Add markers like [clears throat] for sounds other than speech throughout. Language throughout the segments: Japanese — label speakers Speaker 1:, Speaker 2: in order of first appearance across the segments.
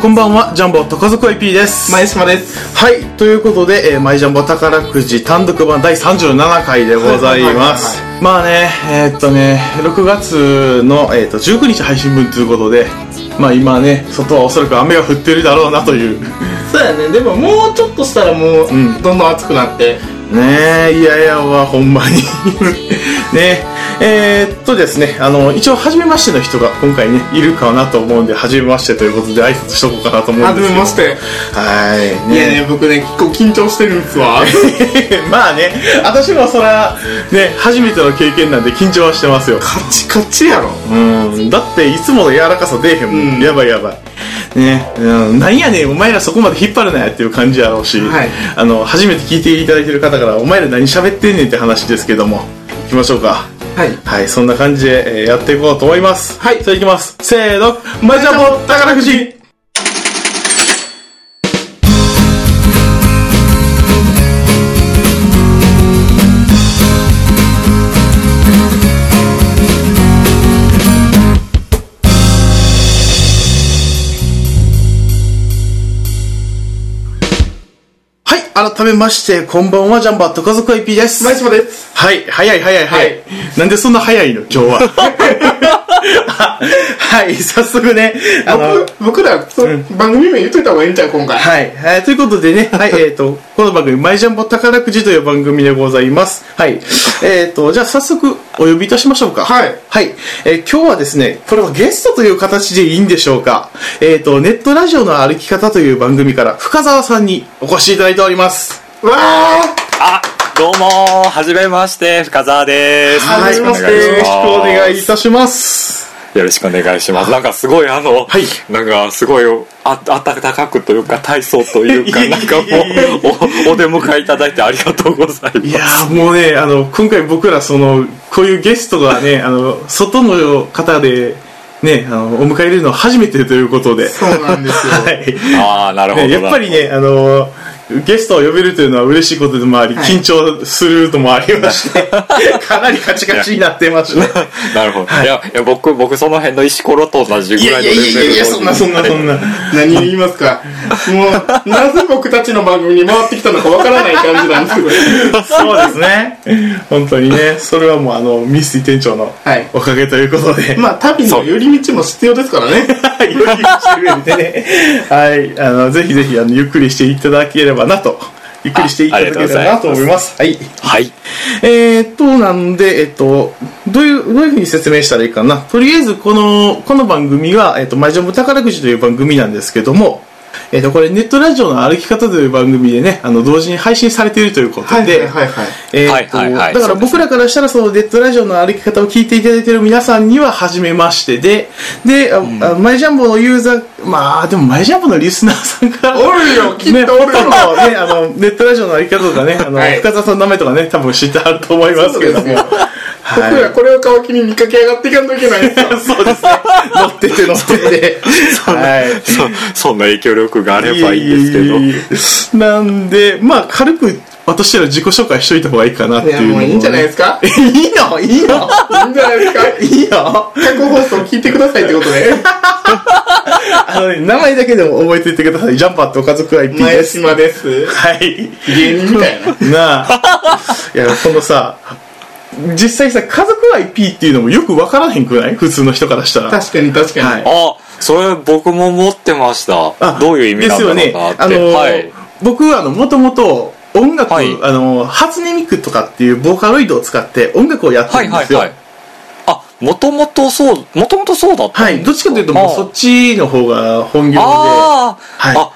Speaker 1: こんばんは、ジャンボ高族 IP です。
Speaker 2: 前島です。
Speaker 1: はい、ということで、えー、マイジャンボ宝くじ単独版第37回でございます。まあね、えーっとね、6月の、えーっと19日配信分ということで、まあ今ね、外はおそらく雨が降ってるだろうなという。 [laughs]
Speaker 2: そうやね。でももうちょっとしたらもう、
Speaker 1: ん
Speaker 2: どんどん暑くなって。
Speaker 1: ねえ、いやいやわ、ほんまに。 [laughs] ねえ、えーっとですね、あの、一応、初めましての人が今回ね、いるかなと思うんで、初めましてということで挨拶しとこうかなと思うん
Speaker 2: 初
Speaker 1: です
Speaker 2: め
Speaker 1: けど。
Speaker 2: まして。
Speaker 1: はい。
Speaker 2: いやね、僕ね、結構緊張してるんですわ。
Speaker 1: [laughs] まあね、私もそら、ね、初めての経験なんで緊張はしてますよ。
Speaker 2: カチカチやろ。
Speaker 1: うん、だっていつもの柔らかさ出えへんもん。
Speaker 2: うん
Speaker 1: やばいやばい。ね、うん、なんやねん、お前らそこまで引っ張るなやっていう感じやろうし、
Speaker 2: はい
Speaker 1: あの、初めて聞いていただいてる方から、お前ら何喋ってんねんって話ですけども、行きましょうか。
Speaker 2: はい。
Speaker 1: はい、そんな感じで、えーやっていこうと思います。
Speaker 2: はい
Speaker 1: それいきます。せーの、マジャボ宝くじはい、改めまして、こんばんは、ジャンバット家族 IP です。
Speaker 2: 前島です。
Speaker 1: はい、早い早い早い。
Speaker 2: はい
Speaker 1: なんでそんな早いの今日は。あ [laughs] はい、早速ね、あの、
Speaker 2: 僕僕ら、そう番組名言っといた方がいいんちゃう今回。
Speaker 1: はい、えーということでね、はい、えっ、と、この番組、マイジャンボ宝くじという番組でございます。はい、えっ、と、じゃあ早速お呼びいたしましょうか。
Speaker 2: はい
Speaker 1: はい、えー今日はですね、これはゲストという形でいいんでしょうか。えっ、と、ネットラジオの歩き方という番組から、深澤さんにお越しいただいております。
Speaker 2: わあ
Speaker 3: あ、どうもー、はじめまして、深澤です。
Speaker 2: はじめまして
Speaker 1: よろしくお願いい
Speaker 3: す。
Speaker 1: たします。
Speaker 3: よろしくお願いします。なんかすごいあの、
Speaker 1: はい
Speaker 3: なんかすごいあ暖かくというか、体操というか、
Speaker 1: いえいえ
Speaker 3: なんかもうお、お出 [laughs] 迎えいただいてありがとうございます。
Speaker 1: いやーもうね、あの、今回僕ら、その、こういうゲストがね、 [laughs] あの、外の方で、ね、あの、お迎え入れるの初めてということで、
Speaker 2: そうなんですよ。
Speaker 1: はい。
Speaker 3: ああ、なるほど
Speaker 1: ね、
Speaker 3: な。
Speaker 1: やっぱりね、あの、ゲストを呼べるというのは嬉しいことでもあり、
Speaker 2: はい
Speaker 1: 緊張するともありま
Speaker 2: [laughs]
Speaker 1: して、かなりカチカチになってましたね。
Speaker 3: なるほど。い、や、いや僕、僕その辺の石ころと同じぐらいのレベルの。
Speaker 1: な。
Speaker 2: [laughs] 何を言いますか。もう、なぜ僕たちの番組に回ってきたのかわからない感じなんですけど。
Speaker 1: そうですね。本当にね、それはもうあの、ミスティ店長の
Speaker 2: はい
Speaker 1: おかげということで。
Speaker 2: [laughs] まあ、旅の寄り道も必要ですからね。
Speaker 1: はい、よりしてくれてね。 [laughs] はい、あの、ぜひぜひ、あの、ゆっくりしていただければなと。ゆっくりしていただければなと思います。はい。
Speaker 3: はい。
Speaker 1: えーっと、なんで、えっと、どういう、どういうふうに説明したらいいかな。とりあえず、この、この番組は、えっと、マイジョブ宝くじという番組なんですけども、えっと、これ、ネットラジオの歩き方という番組でね、あの、同時に配信されているということで、
Speaker 2: はいはい。
Speaker 1: えーっと
Speaker 3: はいはいはい
Speaker 1: だから僕らからしたらそのネットラジオの歩き方を聞いていただいている皆さんには初めましてで、で、ああマイジャンボのユーザー、まあでもマイジャンボのリスナーさんから、
Speaker 2: おるよきっとおる
Speaker 1: ね、
Speaker 2: よ
Speaker 1: ファンのね、あの、ネットラジオの歩き方とかね、あの、
Speaker 2: はい
Speaker 1: 深澤さんの名前とかね、多分知ってあると思いますけど
Speaker 2: [laughs] そうです
Speaker 1: も。
Speaker 2: よ僕ら
Speaker 1: は
Speaker 2: これを皮切りに駆け上がっていかんといけない [laughs] ですよ。
Speaker 1: い。そうですね。乗ってて乗ってて。はい。
Speaker 3: そ、そんな影響力があればいいんですけど。
Speaker 1: ですけど。なんで、まあ軽く私ら自己紹介しといた方がいいかなっ
Speaker 2: い
Speaker 1: てい
Speaker 2: や、
Speaker 1: うの
Speaker 2: も
Speaker 1: を
Speaker 2: う
Speaker 1: ね
Speaker 2: いいんじゃないですか
Speaker 1: [laughs]
Speaker 2: い
Speaker 1: いいのいいの
Speaker 2: いんじゃないですか
Speaker 1: いいよ。
Speaker 2: 過去放送聞いてくださいってこと [laughs] で。
Speaker 1: あのね、名前だけでも覚えていてください。ジャンパーと家族は IP
Speaker 2: 前
Speaker 1: です。
Speaker 2: 島です。
Speaker 1: はい。
Speaker 2: 芸人みたいな。
Speaker 1: な
Speaker 3: [laughs]
Speaker 1: あ。いや、このさ、実際さ、家族は IP っていうのもよくわからへんくない普通の人からしたら。
Speaker 2: 確かに確かに。
Speaker 1: はい
Speaker 3: あ、それ僕も持ってました。どういう意味なんだろうなって。
Speaker 1: ですよね。あのー
Speaker 3: はい。
Speaker 1: 僕はあの、もともと、音楽、
Speaker 3: はい
Speaker 1: あのー、初音ミクとかっていうボーカロイドを使って音楽をやって
Speaker 3: はい
Speaker 1: るんで
Speaker 3: はい
Speaker 1: すよ。
Speaker 3: はい。あ、もともとそう、もともとそうだった
Speaker 1: はいどっちかというと、もうそっちの方が本業で。
Speaker 3: ああ、
Speaker 1: はい
Speaker 3: あ、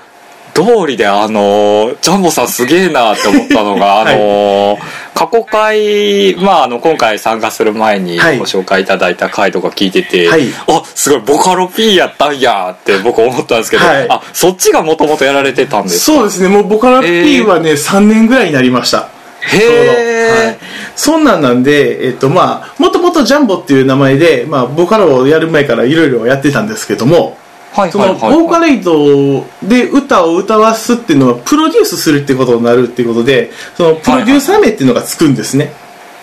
Speaker 3: 通りであのージャンボさんすげえなって思った
Speaker 1: [laughs]
Speaker 3: のが、
Speaker 1: はい
Speaker 3: あのー過去回、まあ、あの、今回参加する前に
Speaker 1: はい
Speaker 3: ご紹介いただいた回とか聞いてて、
Speaker 1: はい
Speaker 3: あ、すごい、ボカロ P やったんやって僕思ったんですけど、
Speaker 1: はい
Speaker 3: あ、そっちがもともとやられてたんです
Speaker 1: そうですね、もうボカロ P はね、3年ぐらいになりました。ちょうどはい
Speaker 3: へえ、、
Speaker 1: そんなんなんで、えっとまあ、もともとジャンボっていう名前で、まあ、ボカロをやる前からいろいろやってたんですけども、
Speaker 3: はい、
Speaker 1: そのボーカロイドで歌を歌わすっていうのはプロデュースするってことになるっていうことで、そのプロデューサー名っていうのがつくんですね。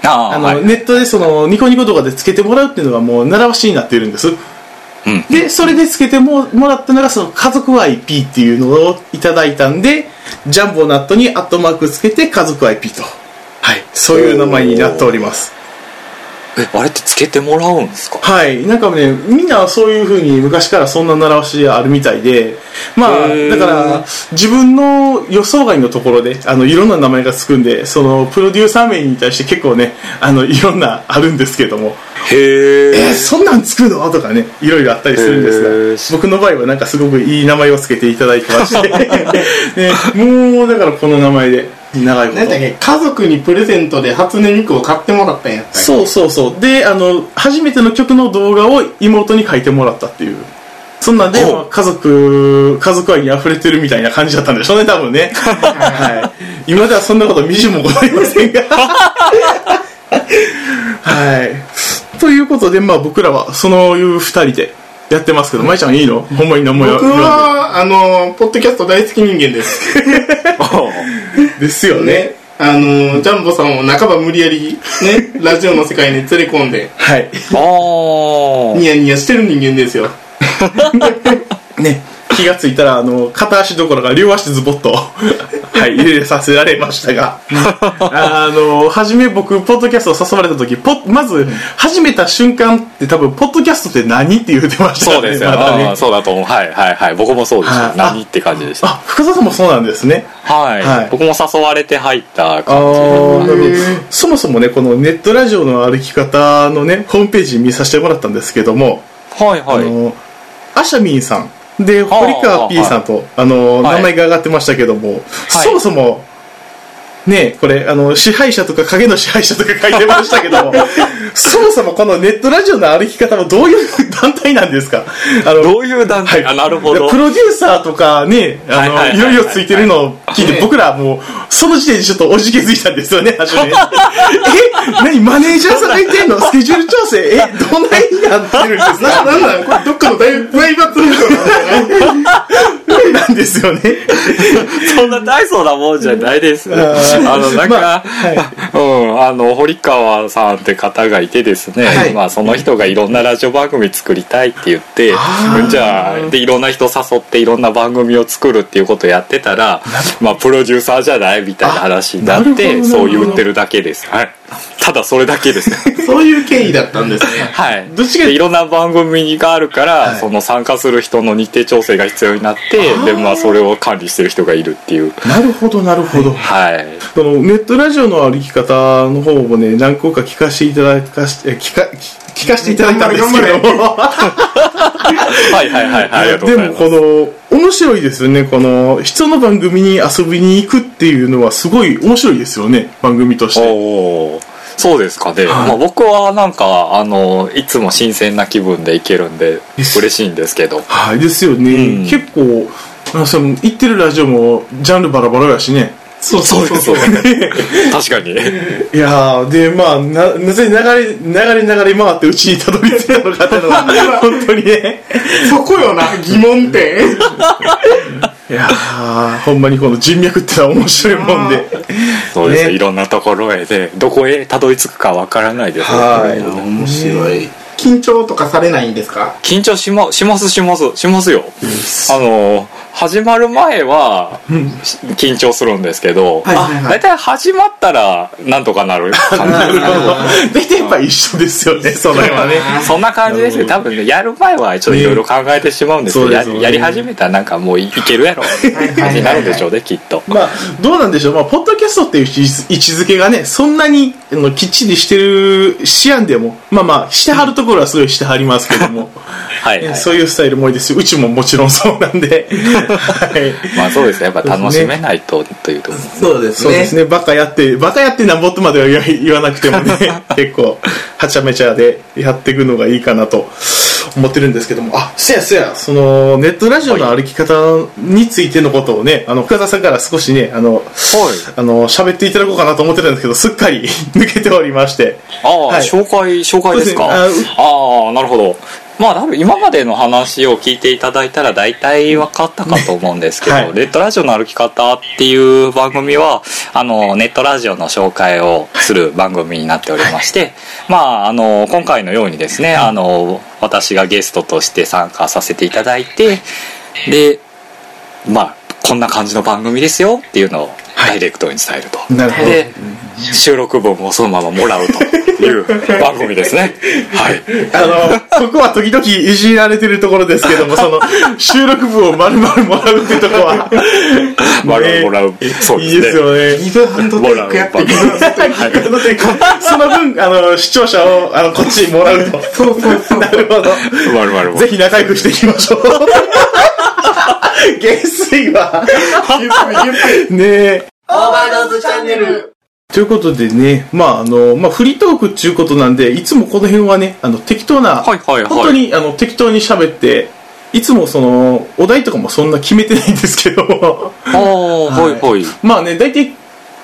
Speaker 3: あー
Speaker 1: あの、
Speaker 3: はい
Speaker 1: ネットでそのニコニコとかでつけてもらうっていうのがもう習わしになっているんです。
Speaker 3: うん
Speaker 1: でそれでつけてももらったのがその家族 IP っていうのをいただいたんでジャンボナットにアットマークつけて家族 IP とはいそういう名前になっております
Speaker 3: えあれってつけてもらうんですか
Speaker 1: はいなんかねみんなそういうふうに昔からそんな習わしあるみたいでまあ
Speaker 3: へー
Speaker 1: だから自分の予想外のところであのいろんな名前がつくんでそのプロデューサー名に対して結構ねあのいろんなあるんですけども
Speaker 3: へえ
Speaker 1: えーそんなんつくのとかねいろいろあったりするん
Speaker 3: へ
Speaker 1: です
Speaker 3: ー
Speaker 1: が僕の場合はなんかすごくいい名前をつけていただいてまして、ね、もうだからこの名前で長いこ
Speaker 2: なんだっ
Speaker 1: と
Speaker 2: け家族にプレゼントで初音ミクを買ってもらったんやったっけ
Speaker 1: そうそうそうであの初めての曲の動画を妹に書いてもらったっていうそんなんで、
Speaker 3: ほう
Speaker 1: まあ家族家族愛に溢れてるみたいな感じだったんでしょう
Speaker 2: [laughs]
Speaker 1: ね多分ねはい今ではそんなことみじんもございませんがはいということでまあ僕らはそのいう二人でやってますけど、まいちゃんいいのほんまに何もや
Speaker 2: 僕はあのポッドキャスト大好き人間です
Speaker 1: ですよね
Speaker 2: ねあのジャンボさんを半ば無理やり [laughs] ねラジオの世界に連れ込んで
Speaker 1: はい
Speaker 3: [laughs] ああ
Speaker 2: ニヤニヤしてる人間ですよ
Speaker 1: ね気がついたらあの片足どころか両足ズボッと [laughs] はい入れさせられましたがあの初め僕ポッドキャストを誘われた時ポまず始めた瞬間って多分ポッドキャストって何って言ってました
Speaker 3: そ
Speaker 1: よ
Speaker 3: う
Speaker 1: ね
Speaker 3: です
Speaker 1: [laughs]
Speaker 3: よ、
Speaker 1: またね
Speaker 3: あーそうだと思うはいはいはい僕もそうでし
Speaker 1: は
Speaker 3: た
Speaker 1: い
Speaker 3: 何って感じでした
Speaker 1: あ深澤さんもそうなんですね
Speaker 3: はい、
Speaker 1: はい
Speaker 3: 僕も誘われて入った
Speaker 1: あ
Speaker 3: 感じ
Speaker 1: ーなるほどそもそもねこのネットラジオの歩き方のねホームページ見させてもらったんですけども
Speaker 3: はい
Speaker 1: あ
Speaker 3: はい
Speaker 1: のアシャミンさんで
Speaker 3: あ
Speaker 1: 堀川 P さんとあの
Speaker 3: はい
Speaker 1: 名前が上がってましたけども、そもそもねこれあの支配者とか影の支配者とか書いてましたけ
Speaker 3: [laughs]
Speaker 1: どもそもそもこのネットラジオの歩き方もどういう団体なんですかあの
Speaker 3: どういう団
Speaker 1: は
Speaker 3: 体、
Speaker 1: い
Speaker 3: あなるほど
Speaker 1: プロデューサーとかねあ
Speaker 3: はいはいはいは
Speaker 1: の
Speaker 3: い
Speaker 1: いろいろついてるのを聞い
Speaker 2: は
Speaker 1: て
Speaker 2: い
Speaker 1: 僕らもうその時点でちょっとおじけづいたんですよね
Speaker 3: [laughs]
Speaker 1: 初めえ何マネージャーさんが言ってんのスケジュール調整えどんなになってるんですか
Speaker 2: な
Speaker 3: [laughs]
Speaker 2: なんなんこれどっかの大財閥みたいな
Speaker 1: なん [laughs] ですよね。
Speaker 3: [laughs] そんな大層なもんじゃないです。あ
Speaker 1: ー
Speaker 3: の、なん
Speaker 1: ま
Speaker 3: か、
Speaker 1: あ
Speaker 3: うん、あの、堀川さんって方がいてですね、
Speaker 1: はい
Speaker 3: まあ、その人がいろんなラジオ番組作りたいって言って
Speaker 1: あ、
Speaker 3: じゃあ、で、いろんな人誘っていろんな番組を作るっていうことをやってたら、まあ、プロデューサーじゃないみたいな話にな
Speaker 1: あな
Speaker 3: っ
Speaker 1: るほどなる
Speaker 3: て、
Speaker 1: ほど
Speaker 3: そう言ってるだけです。はい。ただそれだけです。
Speaker 1: [laughs]
Speaker 2: そういう経緯だったんです [laughs] ね
Speaker 3: はい。
Speaker 1: どっちが
Speaker 3: でいろんな番組があるから、
Speaker 1: い
Speaker 3: その参加する人の日程調整が必要になって、で、まあ、それを管理してる人がいるっていう。
Speaker 1: なるほど、なるほど。
Speaker 3: はい。
Speaker 1: そのネットラジオの歩き方の方もね、何個か聞かせていただかし、え聞か、聞聞かせていただいたんですけども。
Speaker 3: [laughs] はいはいはいはい。ありがとう
Speaker 1: で
Speaker 3: ござい
Speaker 1: も
Speaker 3: ます。
Speaker 1: この、面白いですよね。この、人の番組に遊びに行くっていうのはすごい面白いですよね。番組として。
Speaker 3: おーそうですかね、
Speaker 1: はい
Speaker 3: まあ、僕はなんかあのいつも新鮮な気分でいけるんで嬉しいんですけど
Speaker 1: はい、ですよね。
Speaker 3: うん
Speaker 1: 結構、あその行ってるラジオもジャンルバラバラやしね。
Speaker 2: そうそうそうそう
Speaker 3: 確か
Speaker 1: [laughs]
Speaker 3: に
Speaker 1: いやーでまあななぜ流れ流れ流れ回ってうちにたどり着いたのかっていうの
Speaker 3: [laughs]
Speaker 1: は本当にね
Speaker 2: そこよな疑問点
Speaker 1: いやーほんまにこの人脈ってのは面白いもんで
Speaker 3: そうです、
Speaker 1: ね
Speaker 3: いろんなところへでどこへたどり着くかわからないです
Speaker 1: はい
Speaker 2: 面白い緊張とかされないんですか
Speaker 3: 緊張し,、ま、しますしますしますよあの始まる前はし緊張するんですけど、
Speaker 2: はいはいはい
Speaker 3: あ大体始まったらなんとかなる感じで
Speaker 1: [laughs]
Speaker 3: す
Speaker 1: 大体やっぱ一緒ですよねその辺はね
Speaker 3: [laughs] そんな感じですね。多分ね、やる前はちょっといろいろ考えてしまうんですけど、
Speaker 1: ね
Speaker 3: や
Speaker 1: そうですよね
Speaker 3: やり始めたらなんかもういいけるやろ、感じになるんでしょうね、きっと。
Speaker 1: [laughs] まあどうなんでしょうまあポッドキャストっていう位置位置づけがねそんなにあのきっちりしてるしやんでもまあまあしてはるところはすごいして [laughs] はりますけども
Speaker 3: はい、はい。
Speaker 1: そういうスタイルも多いですしうちももちろんそうなん [laughs] ではい
Speaker 3: まあそうですね、やっぱ楽しめないと、というところ。
Speaker 2: そうで
Speaker 1: そうですね、バカやって、バカやってなんぼとまでは言わ言わなくても [laughs] ね、結構、はちゃめちゃでやっていくのがいいかなと思ってるんですけども、あ、せやせや、その、ネットラジオの歩き方についてのことをね、あの、深田さんから少しね、あの、
Speaker 3: はい。
Speaker 1: あの、喋っていただこうかなと思ってたんですけど、すっかり [laughs] 抜けておりまして、
Speaker 3: ああ、
Speaker 1: はい
Speaker 3: 紹介、紹介ですか
Speaker 1: そうで
Speaker 3: ああ、なるほど。まあ多分今までの話を聞いていただいたら大体分かったかと思うんですけど、
Speaker 1: [laughs] はい
Speaker 3: ネットラジオの歩き方っていう番組は、あの、ネットラジオの紹介をする番組になっておりまして、まあ、あの、今回のようにですね、あの、私がゲストとして参加させていただいて、で、まあ、こんな感じの番組ですよっていうのをダイレクトに伝えると。
Speaker 1: なるほど
Speaker 3: で、収録分もそのままもらうと
Speaker 1: [laughs]
Speaker 3: いう番組ですね。はい。
Speaker 1: あの、そこは時々いじられてるところですけ
Speaker 3: [laughs]
Speaker 1: ども、その、収録分を丸々もらうってとこは、
Speaker 3: もらう、もらう。そう
Speaker 1: いいで
Speaker 3: ですすね。
Speaker 1: よね。
Speaker 2: 二部ハンドテイクやってる
Speaker 1: あのてかその分、あの、視聴者を、あの、こっちにもらうと。
Speaker 2: そうそうそう
Speaker 1: なるほど。
Speaker 3: まるまるま
Speaker 1: ぜ
Speaker 3: る。
Speaker 1: ひ仲良くしていきま
Speaker 2: [laughs]
Speaker 1: しょう。減水は、
Speaker 2: ゆっくりゆっくり
Speaker 1: ねえ。
Speaker 2: オーバードーズチャンネル
Speaker 1: ということでね、まあ、あの、まあ、フリートークっていうことなんで、いつもこの辺はね、あの、適当な、
Speaker 3: はいはいはい
Speaker 1: 本当に、あの、適当に喋って、いつもその、お題とかもそんな決めてないんですけど [laughs] も、
Speaker 3: ああ、はいはい。
Speaker 1: まあね、大体、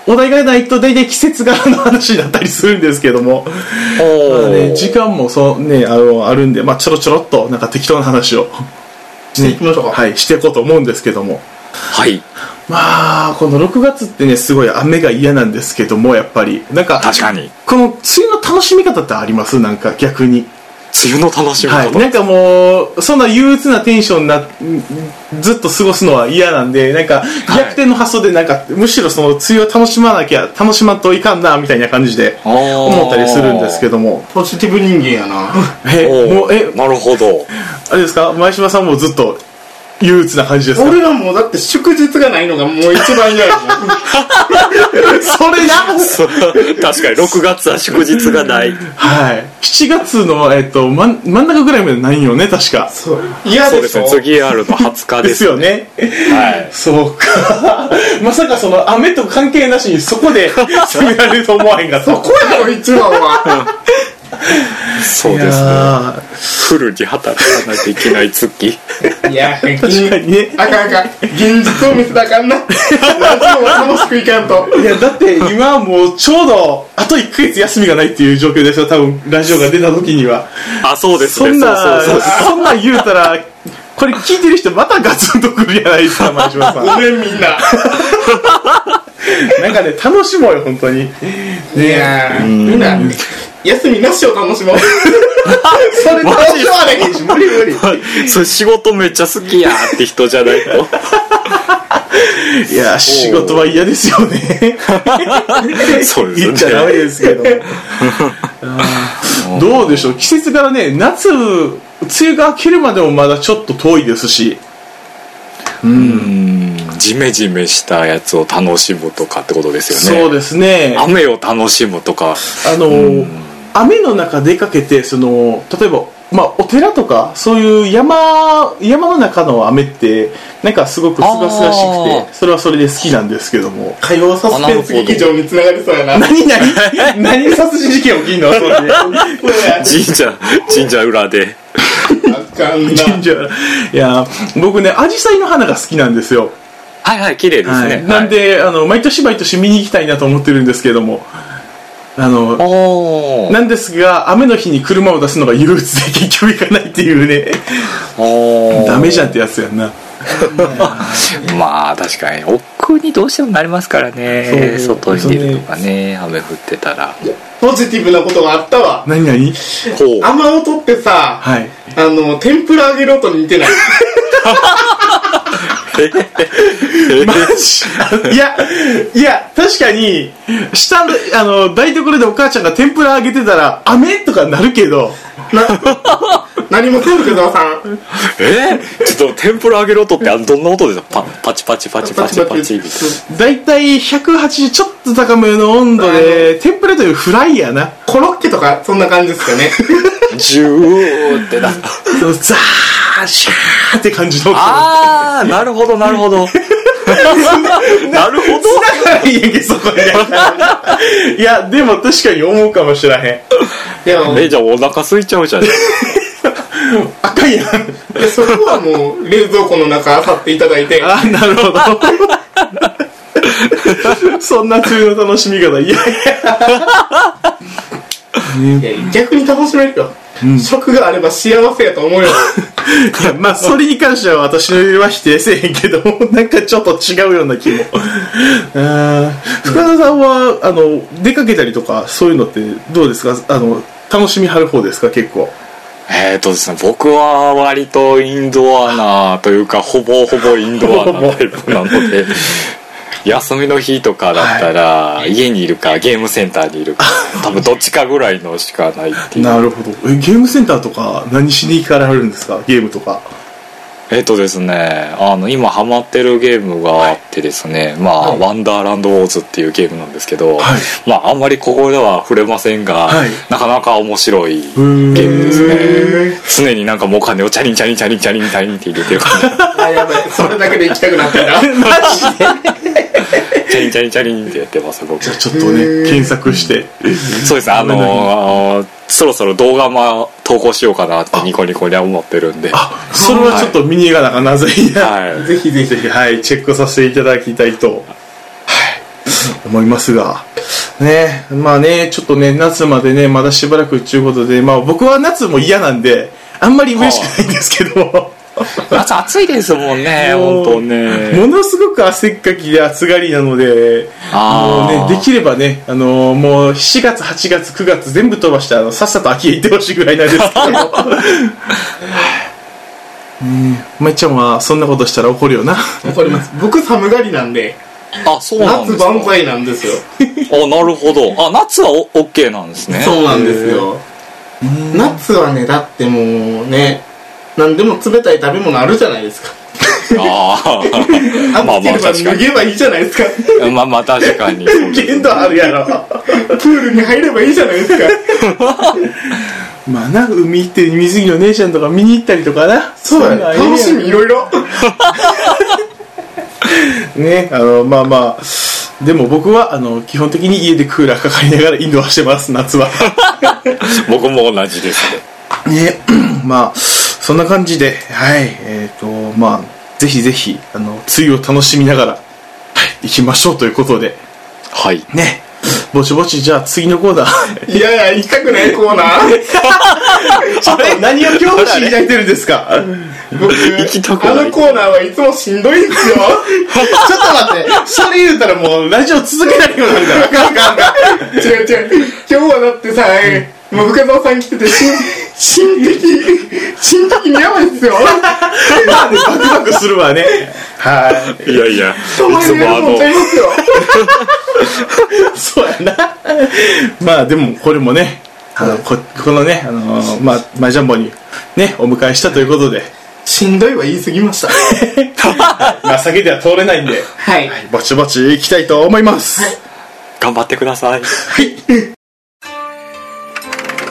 Speaker 1: お題がないと大体季節柄の話になったりするんですけども、まあね、時間もそうね、あの、あるんで、まあ、ちょろちょろっと、なんか適当な話を、
Speaker 2: していきましょうか
Speaker 1: はい、していこうと思うんですけども。
Speaker 3: はい。
Speaker 1: まあ、この6月ってね、すごい雨が嫌なんですけども、やっぱり。なんか、
Speaker 3: 確かに。
Speaker 1: この梅雨の楽しみ方ってありますなんか逆に。
Speaker 3: 梅雨の楽しみ
Speaker 1: はい。
Speaker 3: 方。
Speaker 1: なんかもう、そんな憂鬱なテンションな、ずっと過ごすのは嫌なんで、なんか
Speaker 3: い
Speaker 1: 逆転の発想で、なんか、むしろその梅雨を楽しまなきゃ、楽しまんといかんな、みたいな感じで
Speaker 3: あー
Speaker 1: 思ったりするんですけども。
Speaker 2: ポジティブ人間やな
Speaker 1: え、
Speaker 3: おー
Speaker 1: もう、え、
Speaker 3: なるほど。
Speaker 1: あれですか前島さんもずっと憂鬱な感じですか
Speaker 2: [laughs] 俺らもうだって祝日がないのがもう一番嫌やな
Speaker 1: [laughs] それな
Speaker 3: そう確かに、6月は祝日がない。
Speaker 1: はい。7月の、えっと、ま、真ん中ぐらいまでないよね、確か。
Speaker 2: そう嫌
Speaker 3: そ
Speaker 2: で
Speaker 3: うで
Speaker 2: し
Speaker 3: す
Speaker 2: ょ
Speaker 3: ね。次あるの20日
Speaker 1: で
Speaker 3: ですす。
Speaker 1: よね。
Speaker 3: はい。
Speaker 1: そうか。 [laughs] まさかその雨と関係なしにそこ
Speaker 3: [laughs]
Speaker 1: で攻められると思わへんかった。そ
Speaker 2: こうやろ一番は
Speaker 3: そうですね。フルに働かないといけない月。
Speaker 2: いや
Speaker 1: 確かにね。
Speaker 2: あかんあかん現実を見せたらあかんなラジオは楽しくいかんと
Speaker 1: いや、だって今はもうちょうどあと1ヶ月休みがないっていう状況ですよ、多分ラジオが出た時には。
Speaker 3: あ、そうです
Speaker 1: そ
Speaker 3: ね。
Speaker 1: んな、
Speaker 3: そうそうそう
Speaker 1: そんなん言うたら、これ聞いてる人またガツンとくるじゃないですか、前
Speaker 3: [laughs]
Speaker 1: 島さん。
Speaker 2: ごめんみんな
Speaker 1: なんかね、楽しもうよ、本当に。
Speaker 2: いやーみんな休みなしを楽 [laughs] しもうそれ楽しまないし無理無理
Speaker 3: [laughs] それ仕事めっちゃ好きやーって人じゃないと。
Speaker 1: いや、仕事は嫌ですよね。
Speaker 3: [laughs] そうですね
Speaker 1: 言っちゃダメですけど。どうでしょう季節からね、夏、梅雨が明けるまでもまだちょっと遠いですし、
Speaker 3: ジメジメしたやつを楽しむとかってことですよね。
Speaker 1: そうですね。あ
Speaker 3: 雨を楽しむとか。
Speaker 1: の、雨の中出かけて、その、例えば、まあ、お寺とか、そういう山、山の中の雨って、なんかすごくすがすがし
Speaker 3: あ
Speaker 1: くて、
Speaker 3: ー
Speaker 1: それはそれで好きなんですけども。
Speaker 2: 火曜サスペンス劇場に繋がりそうやな
Speaker 1: 何何何殺人事件起きんのそれで。
Speaker 2: そうや
Speaker 3: 神 [laughs] 社、神社裏で。
Speaker 2: あかんな
Speaker 1: 神社 [laughs] いや僕ね紫陽花の花が好きなんですよ、
Speaker 3: はいはい、綺麗ですね。
Speaker 1: なんで、あの毎年毎年見に行きたいなと思ってるんですけどもあの
Speaker 3: おー。
Speaker 1: なんですが雨の日に車を出すのが憂鬱で結局行かないっていうね
Speaker 3: おー
Speaker 1: ダメじゃんってやつやんな
Speaker 3: まあ確かに奥にどうしてもなりますからね
Speaker 1: そう
Speaker 3: 外に出るとかね雨降ってたら
Speaker 2: ポジティブなことがあったわ
Speaker 1: 何何
Speaker 3: ほう
Speaker 2: 雨音ってさ、
Speaker 3: [laughs]
Speaker 1: はい
Speaker 2: あの天ぷら揚げる音に似てない
Speaker 1: マジいやいや確かに下のあの台所でお母ちゃんが天ぷら揚げてたら雨とかなるけど
Speaker 2: な何もせん福沢さん
Speaker 3: えーちょっと天ぷら揚げる音ってあのどんな音ですかパパチパチパチパチパチみたい
Speaker 1: 大体180ちょっと高めの温度で天ぷらというフライやな
Speaker 2: コロッケとかそんな感じですか
Speaker 1: [laughs]
Speaker 2: ね
Speaker 3: なジューってな
Speaker 1: ザーシャーって感じの音
Speaker 3: ああなるほど [laughs] なるほどなるほど
Speaker 1: いやいやそこ [laughs] にいやでも確かに思うかもしらへん
Speaker 2: でも
Speaker 3: えじゃあお腹空いちゃうじゃん
Speaker 1: 赤いやん
Speaker 2: でそこはもう冷蔵庫の中漁っていただいて
Speaker 1: あなるほど [laughs] そんな梅雨の楽しみ方いやいや
Speaker 2: いや逆に楽しめるよ
Speaker 1: うん
Speaker 2: 食があれば幸せやと思うよ。
Speaker 1: いや、 [laughs] まあ、それに関しては私は否定せえへんけど、 [laughs] なんかちょっと違うような気も。あー深田さんは、あの、出かけたりとか、そういうのってどうですかあの、楽しみはる方ですか結構。
Speaker 3: えーとですね、僕は割とインドアなというかほぼほぼインドアなタイプなの [laughs] で休みの日とかだったら家にいるかゲームセンターにいるか多分どっちかぐらいのしかないっていう
Speaker 1: なるほど。え、ゲームセンターとか、何しに行かれはるんですかゲームとか。
Speaker 3: えっ、とですねあの今ハマってるゲームがあってですね「まあワンダーランドウォーズ」っていうゲームなんですけど、
Speaker 1: はい
Speaker 3: まああんまりここでは触れませんが、
Speaker 1: はい
Speaker 3: なかなか面白いゲ
Speaker 1: ー
Speaker 3: ームです
Speaker 2: へ
Speaker 3: ね常になんかもう金をチャリンチャリンチャリンチャリンチャリンって入れ
Speaker 1: [laughs]
Speaker 3: てる感じ
Speaker 2: あ、やばい。それだけで行きたくなってた。
Speaker 3: チャリンチャリンチャリンってやってます僕
Speaker 1: じゃあちょっとね
Speaker 2: へー、
Speaker 1: 検索して。
Speaker 3: そうですねあのーあのーそろそろ動画も投稿しようかなってニコニコには思ってるんでは
Speaker 1: それはちょっと見に行かなかなぜいな。
Speaker 3: い
Speaker 1: ぜひぜひ、はい、チェックさせていただきたいと、はい、思いますが。ね、まあね、ちょっとね、夏までね、まだしばらくっていうことで、まあ僕は夏も嫌なんで、あんまり嬉しくないんですけど、
Speaker 3: 夏暑いですもんね
Speaker 1: も
Speaker 3: 本
Speaker 1: う
Speaker 3: 当ね
Speaker 1: ものすごく汗っかきで暑がりなので、
Speaker 3: あー
Speaker 1: もうね、できればね、あのもう4月、8月、9月全部飛ばして、あの、さっさと秋へ行ってほしいぐらいなんですけど。うん、まいちゃんはそんなことしたら怒るよな。
Speaker 2: 怒ります。僕寒がりなんで、
Speaker 3: あそうなんで
Speaker 2: 夏
Speaker 3: すか
Speaker 2: 万歳なんです
Speaker 3: [laughs]
Speaker 2: よ。
Speaker 3: あなるほどあ夏はオッケーなんですね
Speaker 2: そうなんですよ。夏はね、だってもうね、何でも冷たい食べ物あるじゃないですか。
Speaker 3: あ
Speaker 2: あ
Speaker 3: あまあまあ確か
Speaker 2: 脱げばいいじゃないですか。
Speaker 3: にまあまあ確かにそうです
Speaker 2: 限度あるやろ。プールに入ればいいじゃないですか。
Speaker 1: まあな、海行って水着の姉ちゃんとか見に行ったりとかな。そうだね。
Speaker 2: 楽しみいろいろ。
Speaker 1: ね、あの、まあまあ。でも僕は、あの、基本的に家でクーラーかかりながらインドアしてます、夏は。
Speaker 3: 僕も同じですね
Speaker 1: ね、 [clears throat] まあ、そんな感じで、はい、えっ、と、まあ、ぜひぜひ、あの、梅雨を楽しみながら、はい、行きましょうということで、
Speaker 3: はい
Speaker 1: ね、ぼちぼち、じゃあ次の [laughs] コーナー。
Speaker 2: いやいや、行きたくないコーナー。
Speaker 1: ちょっと [laughs] 何を恐怖心抱いてるんですか
Speaker 2: 僕、
Speaker 3: [laughs] 行きたくない
Speaker 2: あのコーナーはいつもしんどいんですよ。 [laughs]
Speaker 1: ちょっと待って、それ言うたらもう、ラジオ続けないようになるから。
Speaker 2: ガンガンガン違う違う。今日はだってさ、もう深澤さん来てて、心、心的、心的にやばいっすよ。
Speaker 1: [laughs] まあね、バクバクするわね。はい。
Speaker 3: いやいやいつ
Speaker 2: お前の
Speaker 3: も
Speaker 2: や
Speaker 3: あ
Speaker 2: るもん
Speaker 3: の
Speaker 2: ちゃいますよ。
Speaker 1: [laughs] そうやな。まあでも、これもね、あの、こ、このね、あのーまあ、マイジャンボにね、お迎えしたということ [laughs] で、
Speaker 2: しんどいは言い過ぎました。
Speaker 1: まあ先では通れないんで、
Speaker 2: はい。
Speaker 1: ぼちぼち行きたいと思います。
Speaker 3: 頑張ってください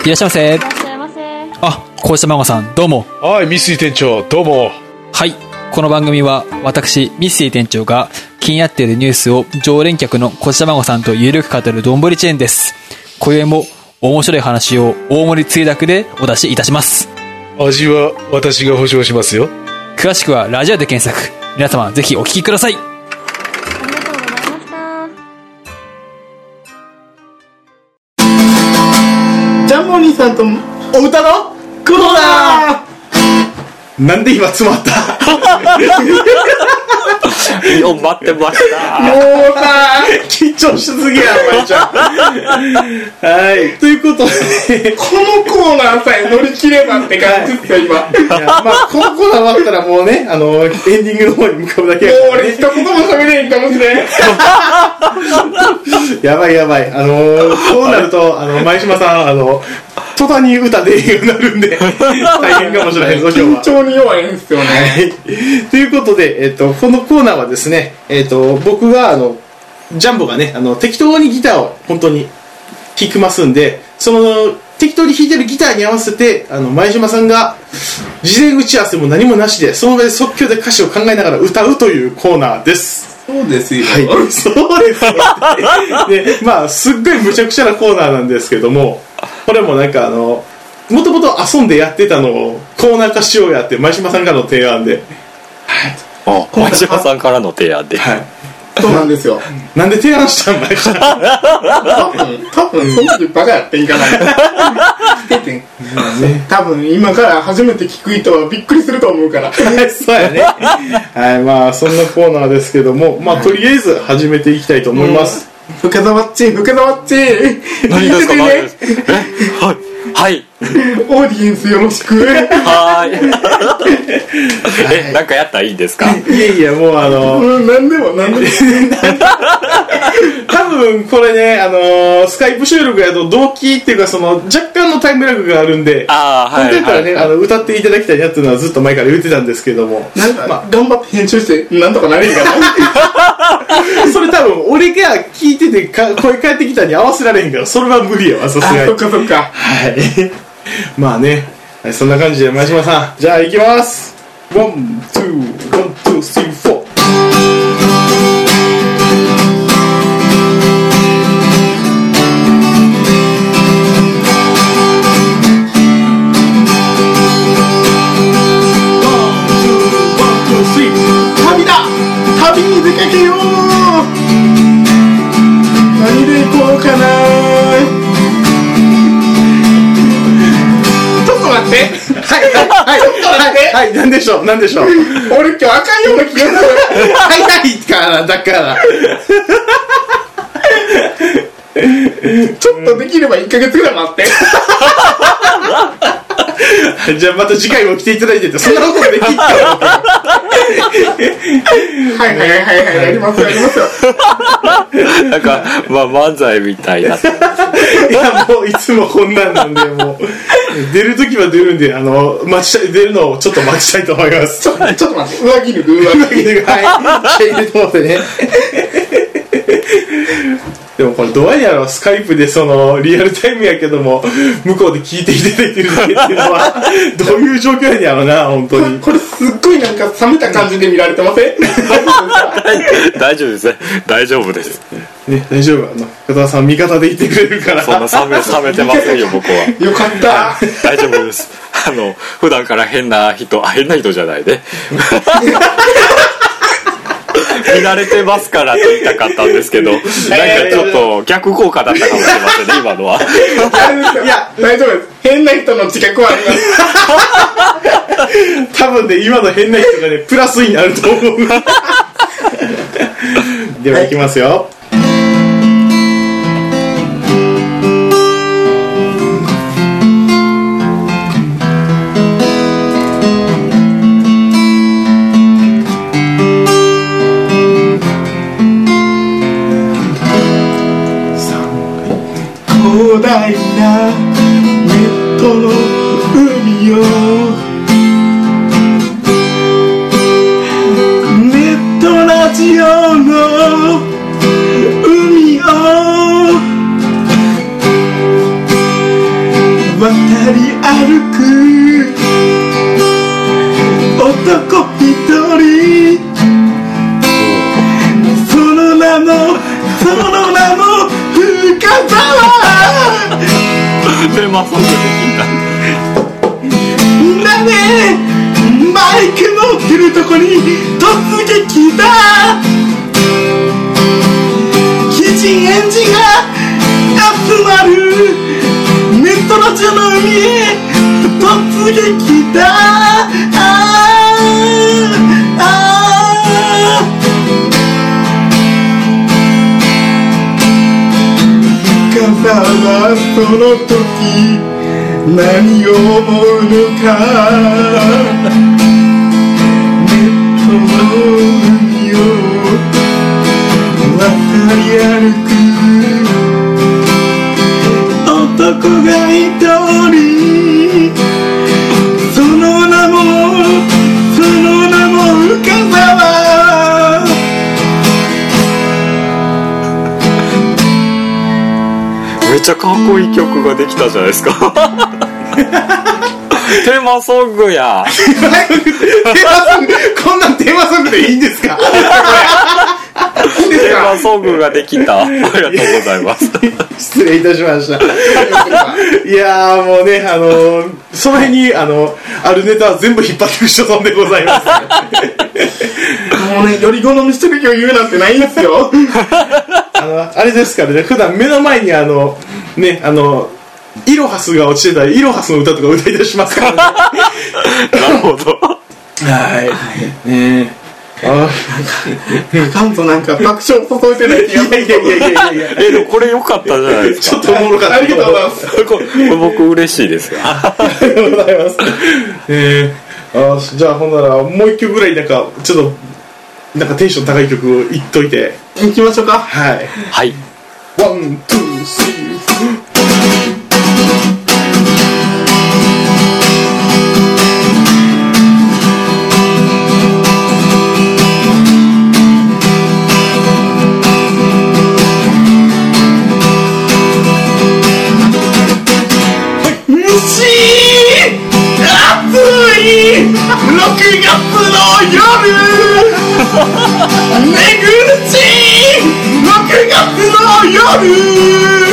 Speaker 4: いらっしゃいませ
Speaker 5: いらっしゃいませ。
Speaker 4: あこうしたまごさんどうも
Speaker 6: はい、三井店長、どうも。
Speaker 4: はいこの番組は私ミッシー店長が気になっているニュースを常連客のこうしたまごさんとゆるく語るどんぶりチェーンです今宵も面白い話を大盛りつゆだくでお出しいたします
Speaker 6: 味は私が保証しますよ。
Speaker 4: 詳しくはラジオで検索皆様ぜひお聞きください
Speaker 5: ありがとうございました。
Speaker 2: ジャンボ兄さんとも
Speaker 1: お歌のコーナーなんで今詰まった [laughs]
Speaker 3: よう待ってました
Speaker 1: もうさ、緊張しすぎや、まいちゃん。はい。ということで、
Speaker 2: このコーナーさえ乗り切ればって感じっすよ、今。もう
Speaker 1: いやまあ、このコーナー終わったらもうね、あの、エンディングの方に向かうだけやからね
Speaker 2: 俺一言も喋れへんかもしれん。
Speaker 1: やばいやばい。あのー、こうなると、あの、前島さん、あの、途端に歌出へんようになるんで、大変かもしれない、ご今日
Speaker 2: 緊
Speaker 1: は。
Speaker 2: 張に弱いんすよね。
Speaker 1: はいということで、えっ、と、このコーナーはですね、えっ、と、僕が、あの、ジャンボがね、あの、適当にギターを本当に弾きますんで、その、適当に弾いてるギターに合わせて、あの、前島さんが、事前打ち合わせも何もなしで、その上で即興で歌詞を考えながら歌うというコーナーです。
Speaker 2: そうですよ。
Speaker 1: はい、そうですよ、ね、まあすっごいむちゃくちゃなコーナーなんですけどもこれもなんかあのもともと遊んでやってたのをコーナー化しようやって前島さんからの提案で、
Speaker 3: あ前島さんからの提案で
Speaker 1: はい、
Speaker 2: そうなんですよ。
Speaker 1: なんで提案したんだよ。
Speaker 2: 多分、多分、その時バカやってんかな。出てん多分、今から初めて聞く人はびっくりすると思うから。
Speaker 1: そうやね。はい、まあ、そんなコーナーですけども、まあ、とりあえず始めていきたいと思います。
Speaker 2: 深沢っち、深沢っち。
Speaker 3: 何ですか何
Speaker 2: 聞
Speaker 3: で
Speaker 2: い
Speaker 3: す
Speaker 2: て
Speaker 3: かえはい
Speaker 2: てねオーディエンスよろしく。
Speaker 3: はいはーいえなんかやったらいいんですか
Speaker 1: いやいや、もうあの、
Speaker 2: うん、なんでも、なんでも。
Speaker 1: 多分これね、あのースカイプ収録やと同期っていうか、その、若干のタイムラグがあるんで、
Speaker 3: ああ
Speaker 1: 本
Speaker 3: は
Speaker 1: 当や
Speaker 3: い
Speaker 1: ったら
Speaker 3: は
Speaker 1: ね、
Speaker 3: い
Speaker 1: あの、歌っていただきたいなっていうのはずっと前から言ってたんですけども、
Speaker 2: なんか、頑張って編集して、なんとかなれんかな。
Speaker 1: それ多分俺が聞いててか声返ってきたに合わせられへんからそれは無理やわさすが
Speaker 2: あ、
Speaker 1: に
Speaker 2: そっかそっか。
Speaker 1: はい [laughs] まあねはいそんな感じで前島さんじゃあ行きますワンツーワンツースリーフォー
Speaker 2: 旅だ旅に出かけよう何で行こうかなちょっと待って
Speaker 1: はいはいはいはい何でしょう何でしょう
Speaker 2: 俺今日あかんような気がする
Speaker 1: 早いからだから
Speaker 2: ちょっとできれば1ヶ月ぐらい待って
Speaker 1: [laughs] じゃあまた次回も来ていただいてってそんなことできっ
Speaker 2: はいはいはいはいはいやりますよやりますよ
Speaker 3: なんか、まあ、漫才みたい
Speaker 1: [laughs]
Speaker 3: な。
Speaker 1: いやもういつもこんなんなんでもう出る時は出るんであの待ちたい出るのをちょっと待ちたいと思います
Speaker 2: ちょちょっと待って上着脱ぐ上着
Speaker 1: はい。入れてもらってね。でもこれどうやろスカイプでそのリアルタイムやけども向こうで聞いていただいてるだけっていうの [laughs] はどういう状況やねんやろな本当に
Speaker 2: これすっごいなんか冷めた感じで見られてません
Speaker 1: [laughs]
Speaker 3: 大丈夫ですね。大丈夫です。
Speaker 1: ね大丈夫あの片田さん味方でいてくれるから
Speaker 3: そんな冷め、冷めてませんよ、僕は。
Speaker 2: よかった
Speaker 3: 大丈夫です。あの、普段から変な人、あ、変な人じゃないね。見慣れてますからと言いたかったんですけど、なんかちょっと逆効果だったかもしれませんね、今のは。
Speaker 2: あれですよいや大丈夫です変な人の自覚はあります
Speaker 1: 多分ね今の変な人がねプラスになると思 [laughs] うではいきますよ、
Speaker 2: 広大なネットの海よネットラジオの海を渡り歩く男一人その名もその名も深沢
Speaker 3: で、まあ、そうですね
Speaker 2: だねマイク持ってるとこに突撃だキッチンエンジンが集まるネットラジオの海へ突撃だあーあー深さはその時何を思うのかネットの海を渡り歩く男が一人その名もその名も深沢
Speaker 3: めっちゃかっこいい曲ができたじゃないですか。テーマソングや。
Speaker 1: テーマソング [laughs] こんなんテーマソングでいいんですか
Speaker 3: テーマソングができた。ありがとうございます。
Speaker 1: 失礼いたしましたいやーもうねあのーその辺にあのあるネタは全部引っ張ってる所存でございますもうね、より好み一人を言うなんて [laughs] ないんですよ。あの、あれですからね、普段目の前にあの、ね、あの、イロハスが落ちてたら、イロハスの歌とか歌い出しますからね。
Speaker 2: [laughs]
Speaker 3: なるほど。
Speaker 1: はい。ねえ。あ
Speaker 2: あかんとなんか、爆笑届いてない気がする。
Speaker 1: いやいやいやいやいや。
Speaker 3: え、でもこれ良かったじゃないです
Speaker 1: ちょっ
Speaker 3: か。
Speaker 1: とおもろかった。
Speaker 2: ありがとうございます。
Speaker 3: これこれ僕嬉しいですよ。
Speaker 1: ありがとうございます。えー、あーじゃあほんならもう一曲ぐらいなんかちょっとなんかテンション高い曲を言っといて。
Speaker 2: 行きましょうか。
Speaker 1: はい。
Speaker 3: はい。
Speaker 1: ワン、ツー、スリー。
Speaker 2: 蒸し暑い6月の夜寝苦しい6月の夜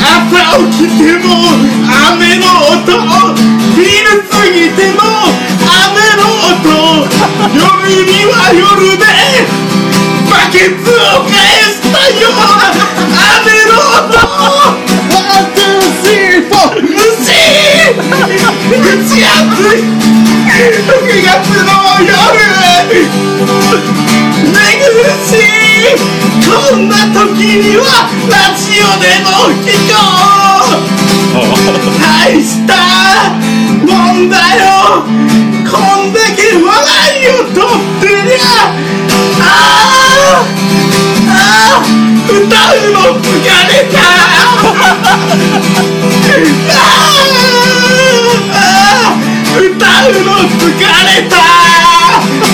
Speaker 2: 朝起きても雨の音昼過ぎても雨の音夜には夜でバケツを返したよ雨の音ワン、ツー、スリー、フォー虫蒸し暑い6月の夜寝苦しいこんな時にはラジオでも聞こう大したもんだよこんだけ笑いを取ってりゃあーあー歌うの疲れたあーあー歌うの疲れた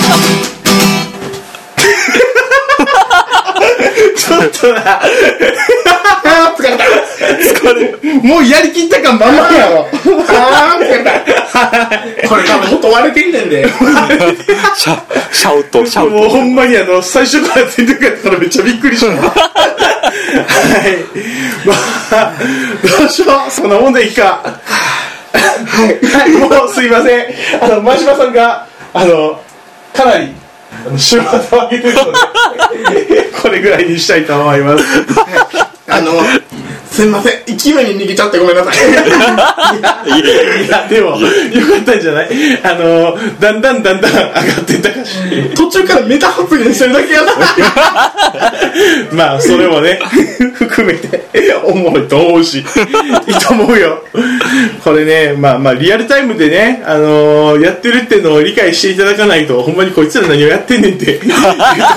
Speaker 1: あー疲れた疲れもうやりきった感満々
Speaker 2: [laughs]
Speaker 1: やろあー疲れ
Speaker 2: これ多分元割れてんねんで
Speaker 3: シャシャウト、シャ
Speaker 1: たもう
Speaker 3: ウ
Speaker 1: ほんまにあの最初から全力やったらめっちゃびっく [laughs] りしたはいまあどうしようそんなもんでいいかはいもうすいませんあの真島さんがあのかなりあの仕事を上げてるの [laughs] でこれぐらいにしたいと思います
Speaker 2: あのすいません勢いに逃げちゃってごめんなさ [laughs] い
Speaker 3: ト。いえいえ
Speaker 1: いやでもよかったんじゃないあのだんだんだんだん上がってったし
Speaker 2: 途中からメタ発言してるだけやな
Speaker 1: [laughs] まあそれもね含めておもろいと思うしいいと思うよこれねまあまあリアルタイムでね、あのーやってるってのを理解していただかないとほんまにこいつら何をやってんねんっていうとこ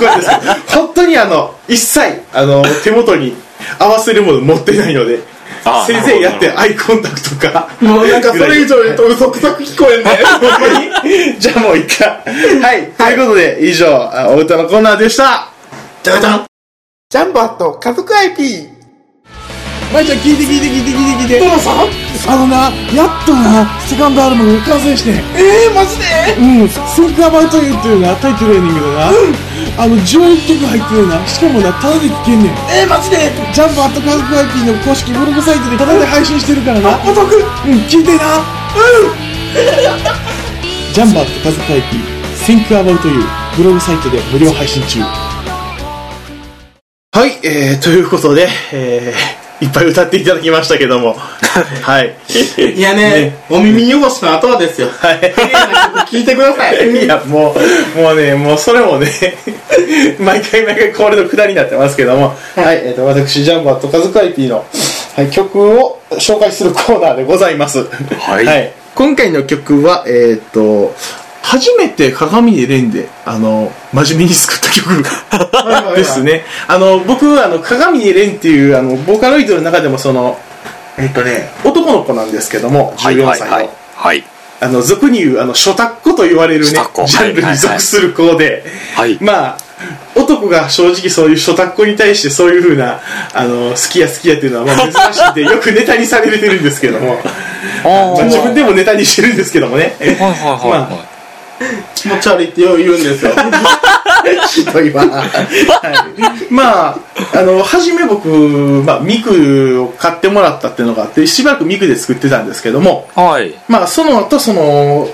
Speaker 1: ろです本当にあの一切あの手元に合わせるもの持ってないので
Speaker 3: あ
Speaker 1: 先生やってアイコンタクトか
Speaker 2: もうなんかそれ以上言うと嘘くさく聞こえんね
Speaker 1: ほんまにじゃあもう一回はいということで以上あお歌のコーナーでした
Speaker 2: じゃじゃんジャンボアット家族 IP
Speaker 4: まいちゃん聞いて聞いて聞いて聞いて聞いてどうさあのなやっとなセカンドアルバムが完成して
Speaker 2: えー、マジで
Speaker 4: うん「センクアバウトユー」っていうなタイトルやねんけどな、あの11曲入ってるなしかもなタダで聴けんねん
Speaker 2: えー、マジで
Speaker 4: ジャンプアットカズクアイピーの公式ブログサイトでタダで配信してるからな
Speaker 2: お得
Speaker 4: うん聞いてなうん
Speaker 6: [laughs]
Speaker 4: ジャンバーとカズクアイピー「Think About You」ブログサイトで無料配信中
Speaker 1: はい、えー、ということで、えー、いっぱい歌っていただきましたけど [laughs] も、はい。
Speaker 2: いやねお耳汚しの後はですよはい聞いてください
Speaker 1: いや、もう、もうね、もうそれもね、 [laughs] 毎回毎回恒例のくだりになってますけども、はい、えー、と、私、ジャンボとカズカイピーの、はい、曲を紹介するコーナーでございます。
Speaker 3: はい
Speaker 1: 今回の曲は、えっ、と、初めて鏡でレンで、あの、真面目に作った曲。ですね。あの、僕、あの、鏡でレンっていう、あの、ボーカロイドの中でも、その、
Speaker 2: えっとね
Speaker 1: 男の子なんですけども、
Speaker 3: はい
Speaker 1: 14
Speaker 3: はい
Speaker 1: 歳の。
Speaker 3: はい。はい。
Speaker 1: あの、俗に言う、あの、初タッコと言われるね
Speaker 3: 初タッ、コ
Speaker 1: ジャンル
Speaker 3: はいはいは
Speaker 1: に
Speaker 3: い
Speaker 1: 属する子で、
Speaker 3: はい
Speaker 1: まあ、男が正直そういう初タッコに対してそういうふうな、あの、好きや好きやっていうのは
Speaker 3: [laughs]
Speaker 1: まあ珍しいんで、よくネタにされてるんですけども、まあ、自分でもネタにしてるんですけどもね。
Speaker 3: はいはいはいはい。
Speaker 2: 気持ち悪いってよう言うんですよ
Speaker 1: ひどいわ。はいまあ、あの、初め僕、まあ、ミクを買ってもらったっていうのがあって、しばらくミクで作ってたんですけども、
Speaker 3: はい。
Speaker 1: まあ、その後、その、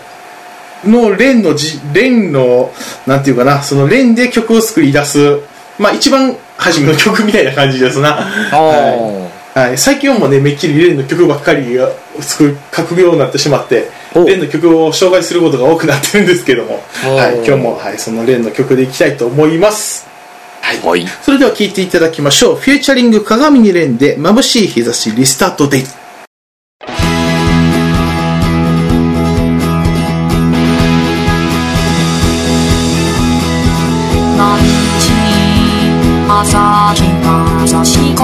Speaker 1: の連のじ、連の、なんていうかな、その連で曲を作り出す、まあ一番初めの曲みたいな感じですな。は
Speaker 3: おー
Speaker 1: い。はい、最近はもうね、めっきり連の曲ばっかりが作る、書くようになってしまって、
Speaker 3: お
Speaker 1: 連の曲を紹介することが多くなってるんですけども、
Speaker 3: お
Speaker 1: はい、今日も、はい、その連の曲でいきたいと思います。はい。
Speaker 3: はい
Speaker 1: それでは聴いていただきましょう。フューチャリング鏡に連で、眩しい日差しリスタートデイ。
Speaker 7: 毎日に朝日が差し込む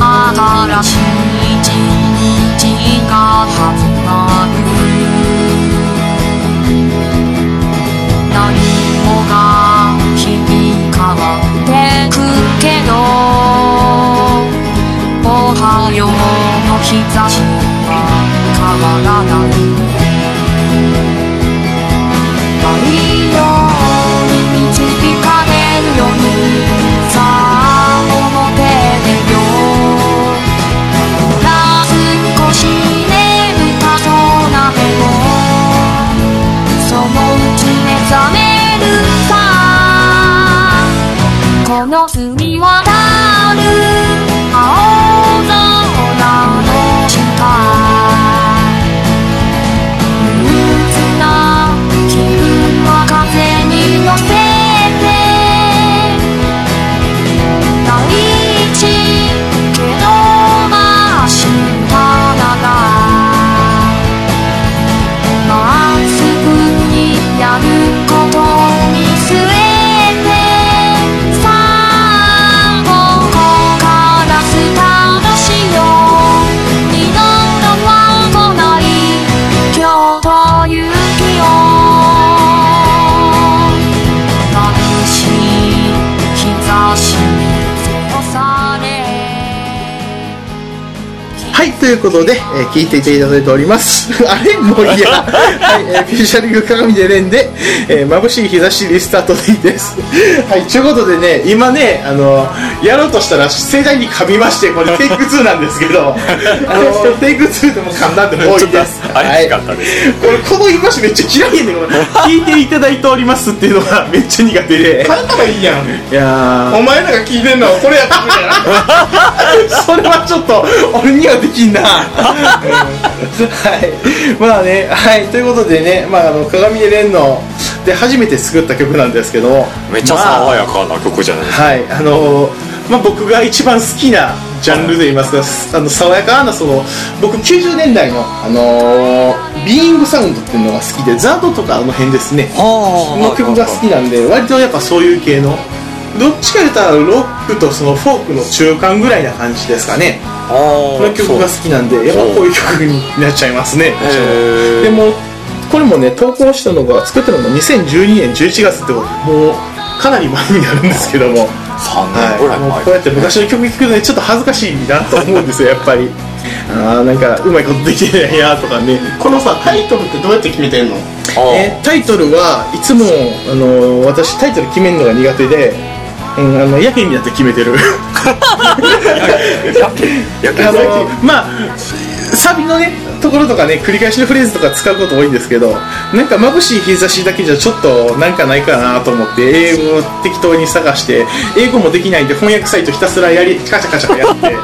Speaker 7: 新しい一日が始まる何もが日々変わってくけどおはようの日差しは変わらない太陽に導かれるようにさあ表でよほら少し眠たそうな目もそのうち目覚めるさこの澄はたる青空の下憂鬱な気分は風に乗せて大地けどまっし花がまっすぐにやることを見据えてさあここからスタートしよう二度とは来ない今日という日を眩しい日差しに照され
Speaker 1: はい、ということで、えー聞いていただいております。 [laughs] あれもういいや。はい、えーフィーシャリング鏡で連で、えー眩しい日差しリスタートでいいです。 [laughs] はい、ということでね、今ね、あの、やろうとしたら盛大に噛みまして、これテイク2なんですけ
Speaker 3: [laughs]
Speaker 1: ど、あの、テイク2でも噛んだんでもういいです。
Speaker 3: あれしかったです、
Speaker 1: これこの言い回しめっちゃ嫌いやねんこれ
Speaker 3: [laughs]
Speaker 1: 聞いていただいておりますっていうのがめっちゃ苦手
Speaker 3: [laughs]
Speaker 1: で
Speaker 2: 買ったらいいやん
Speaker 1: い [laughs] や
Speaker 2: お前らが聞いてんのはこれやってくれや
Speaker 1: それはちょっと俺にはできん [laughs] なはいまあねはいということでね、まあ、あの鏡で連ので初めて作った曲なんですけど
Speaker 3: めっちゃ
Speaker 1: ま
Speaker 3: 爽
Speaker 1: あ
Speaker 3: やかな曲じゃないですか、
Speaker 1: はいあのまあ、僕が一番好きなジャンルで言いますかあの爽やかなその僕90年代の、あのビーイングサウンドっていうのが好きでザードとかあの辺ですねの曲が好きなんで割とやっぱそういう系のどっちか言ったらロックとそのフォークの中間ぐらいな感じですかねこの曲が好きなんでやっぱこういう曲になっちゃいますね
Speaker 3: へー
Speaker 1: でもこれもね投稿したのが作ったのが2012年11月ってこともうかなり前になるんですけども
Speaker 3: 3年ぐらい前、
Speaker 1: はい、こうやって昔の曲聴くのにちょっと恥ずかしいなと思うんです [laughs] よやっぱりあーなんかうまいことできてないなとかね
Speaker 2: このさタイトルってどうやって決めてんの
Speaker 3: あー
Speaker 1: えータイトルはいつも、あのー私タイトル決めるのが苦手で、うん、あのやけになって決めてる
Speaker 3: やけ
Speaker 1: あの
Speaker 3: ど
Speaker 1: まあサビのねところとかね繰り返しのフレーズとか使うこと多いんですけどなんか眩しい日差しだけじゃちょっとなんかないかなと思って英語を適当に探して英語もできないんで翻訳サイトひたすらやりカチャカチャやってで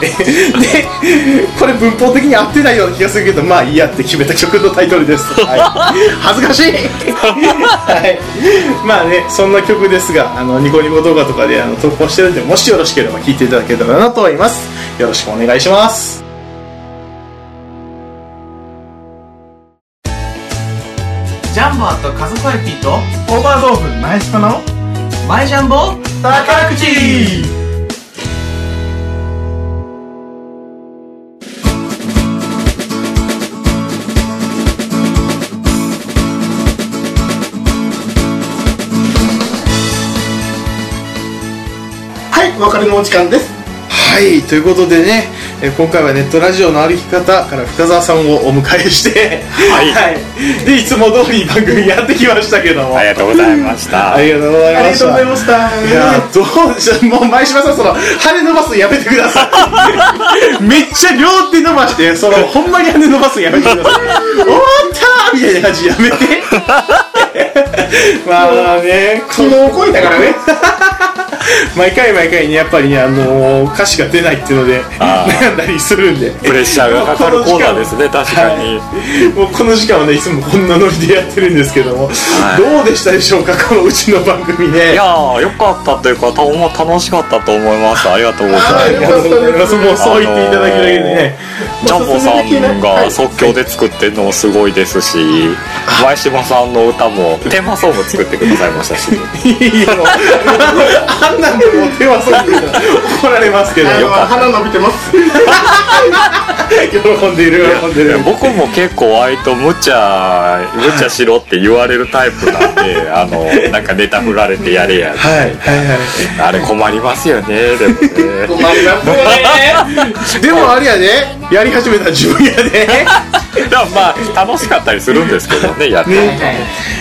Speaker 1: これ文法的に合ってないような気がするけどまあいいやって決めた曲のタイトルです、はい、恥ずかしいはい、まあねそんな曲ですがあのニコニコ動画とかであの投稿してるんでもしよろしければ聴いていただけたらなと思いますよろしくお願いします
Speaker 2: ジャンボアとカズサイピーとオーバードーフ前下の前ジャンボ宝くじはいお別れのお時間です
Speaker 1: はいということでね、えー今回はネットラジオの歩き方から深澤さんをお迎えして、
Speaker 3: はい
Speaker 1: でいつも通り番組やってきましたけども
Speaker 3: ありがとうございました
Speaker 1: ありがとうございました
Speaker 2: ありがとうございました
Speaker 1: いやーどうしもう前島さんその羽伸ばすのやめてくださいめっちゃ両手伸ばしてそのほんまに羽伸ばすのやめてください「終わった!」みたいな感じやめてまあねこ
Speaker 2: 昨日こいたからね
Speaker 1: 毎回毎回ねやっぱりね、あのー歌詞が出ないっていうので
Speaker 3: あー
Speaker 1: 悩んだりするんで
Speaker 3: プレッシャーがかかるコーナーですね確かに、
Speaker 1: もうこの時間はねいつもこんなノリでやってるんですけども、
Speaker 3: い
Speaker 1: どうでしたでしょうかこのうちの番組ね
Speaker 3: い、やーよかったというかたほんま楽しかったと思いますありがとうござい
Speaker 1: あ
Speaker 3: ま
Speaker 1: り
Speaker 3: す
Speaker 1: がとうございますもうそう言っていただけるだけでね、
Speaker 3: ジャンボさんが即興で作ってるのもすごいですし前島さんの歌もテーマソング作ってくださいましたし
Speaker 1: いいよあんなんでもう手はそぐで怒られますけど
Speaker 2: あの
Speaker 1: よかっ
Speaker 2: 鼻伸びてます
Speaker 1: た喜んでいる喜んでいる
Speaker 3: 僕も結構割と無茶無茶しろって言われるタイプなん [laughs] であのなんかネタ振られてやれや
Speaker 1: はいはいは
Speaker 3: あれ困りますよね [laughs] でもね
Speaker 2: 困りますよね
Speaker 1: い [laughs] でもあれやでやり始めた自分やで
Speaker 3: でもまあ楽しかったりするんですけどねやってみて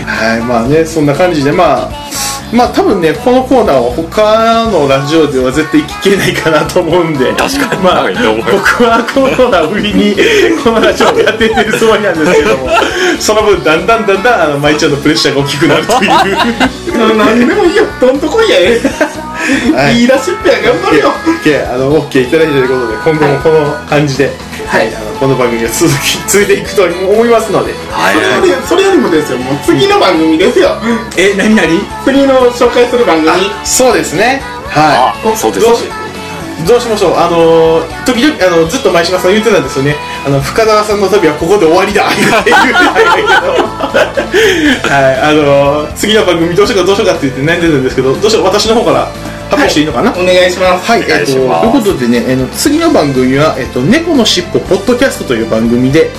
Speaker 1: はいまあねそんな感じでまあまあ多分ねこのコーナーは他のラジオでは絶対聞けないかなと思うんで
Speaker 3: 確かに
Speaker 1: まあ
Speaker 3: はいどう思います
Speaker 1: 僕はこのコーナーを売りにこのラジオでやっていってるつもりなんですけども [laughs] その分だんだんだんだんあの舞ちゃんのプレッシャーが大きくなるという
Speaker 2: 何でもいいよどんとこいやえ
Speaker 1: はい
Speaker 2: いいらしっぺや頑張るよ
Speaker 1: であの OK いただいたということで今後もこの感じで、はいあのこの番組が続き [laughs] 続いていくと思いますので
Speaker 2: それよりそれよりもですよもう次の番組ですよ
Speaker 1: え何何
Speaker 2: 次の紹介する番組
Speaker 1: そうですねはい
Speaker 3: あそうです
Speaker 1: どうしどうしましょうあのー時々あのずっと前島さん言ってたんですよねあの深澤さんの旅はここで終わりだって言ってたんだ [laughs] けどはいあのー次の番組どうしようかどうしようかって言って悩んでたんですけどどうしよう私の方から発表していいのかな、
Speaker 2: お願いします
Speaker 1: はい、
Speaker 3: お願いします
Speaker 1: えっとということでね、えーの次の番組は、えっと猫のしっぽポッドキャストという番組で、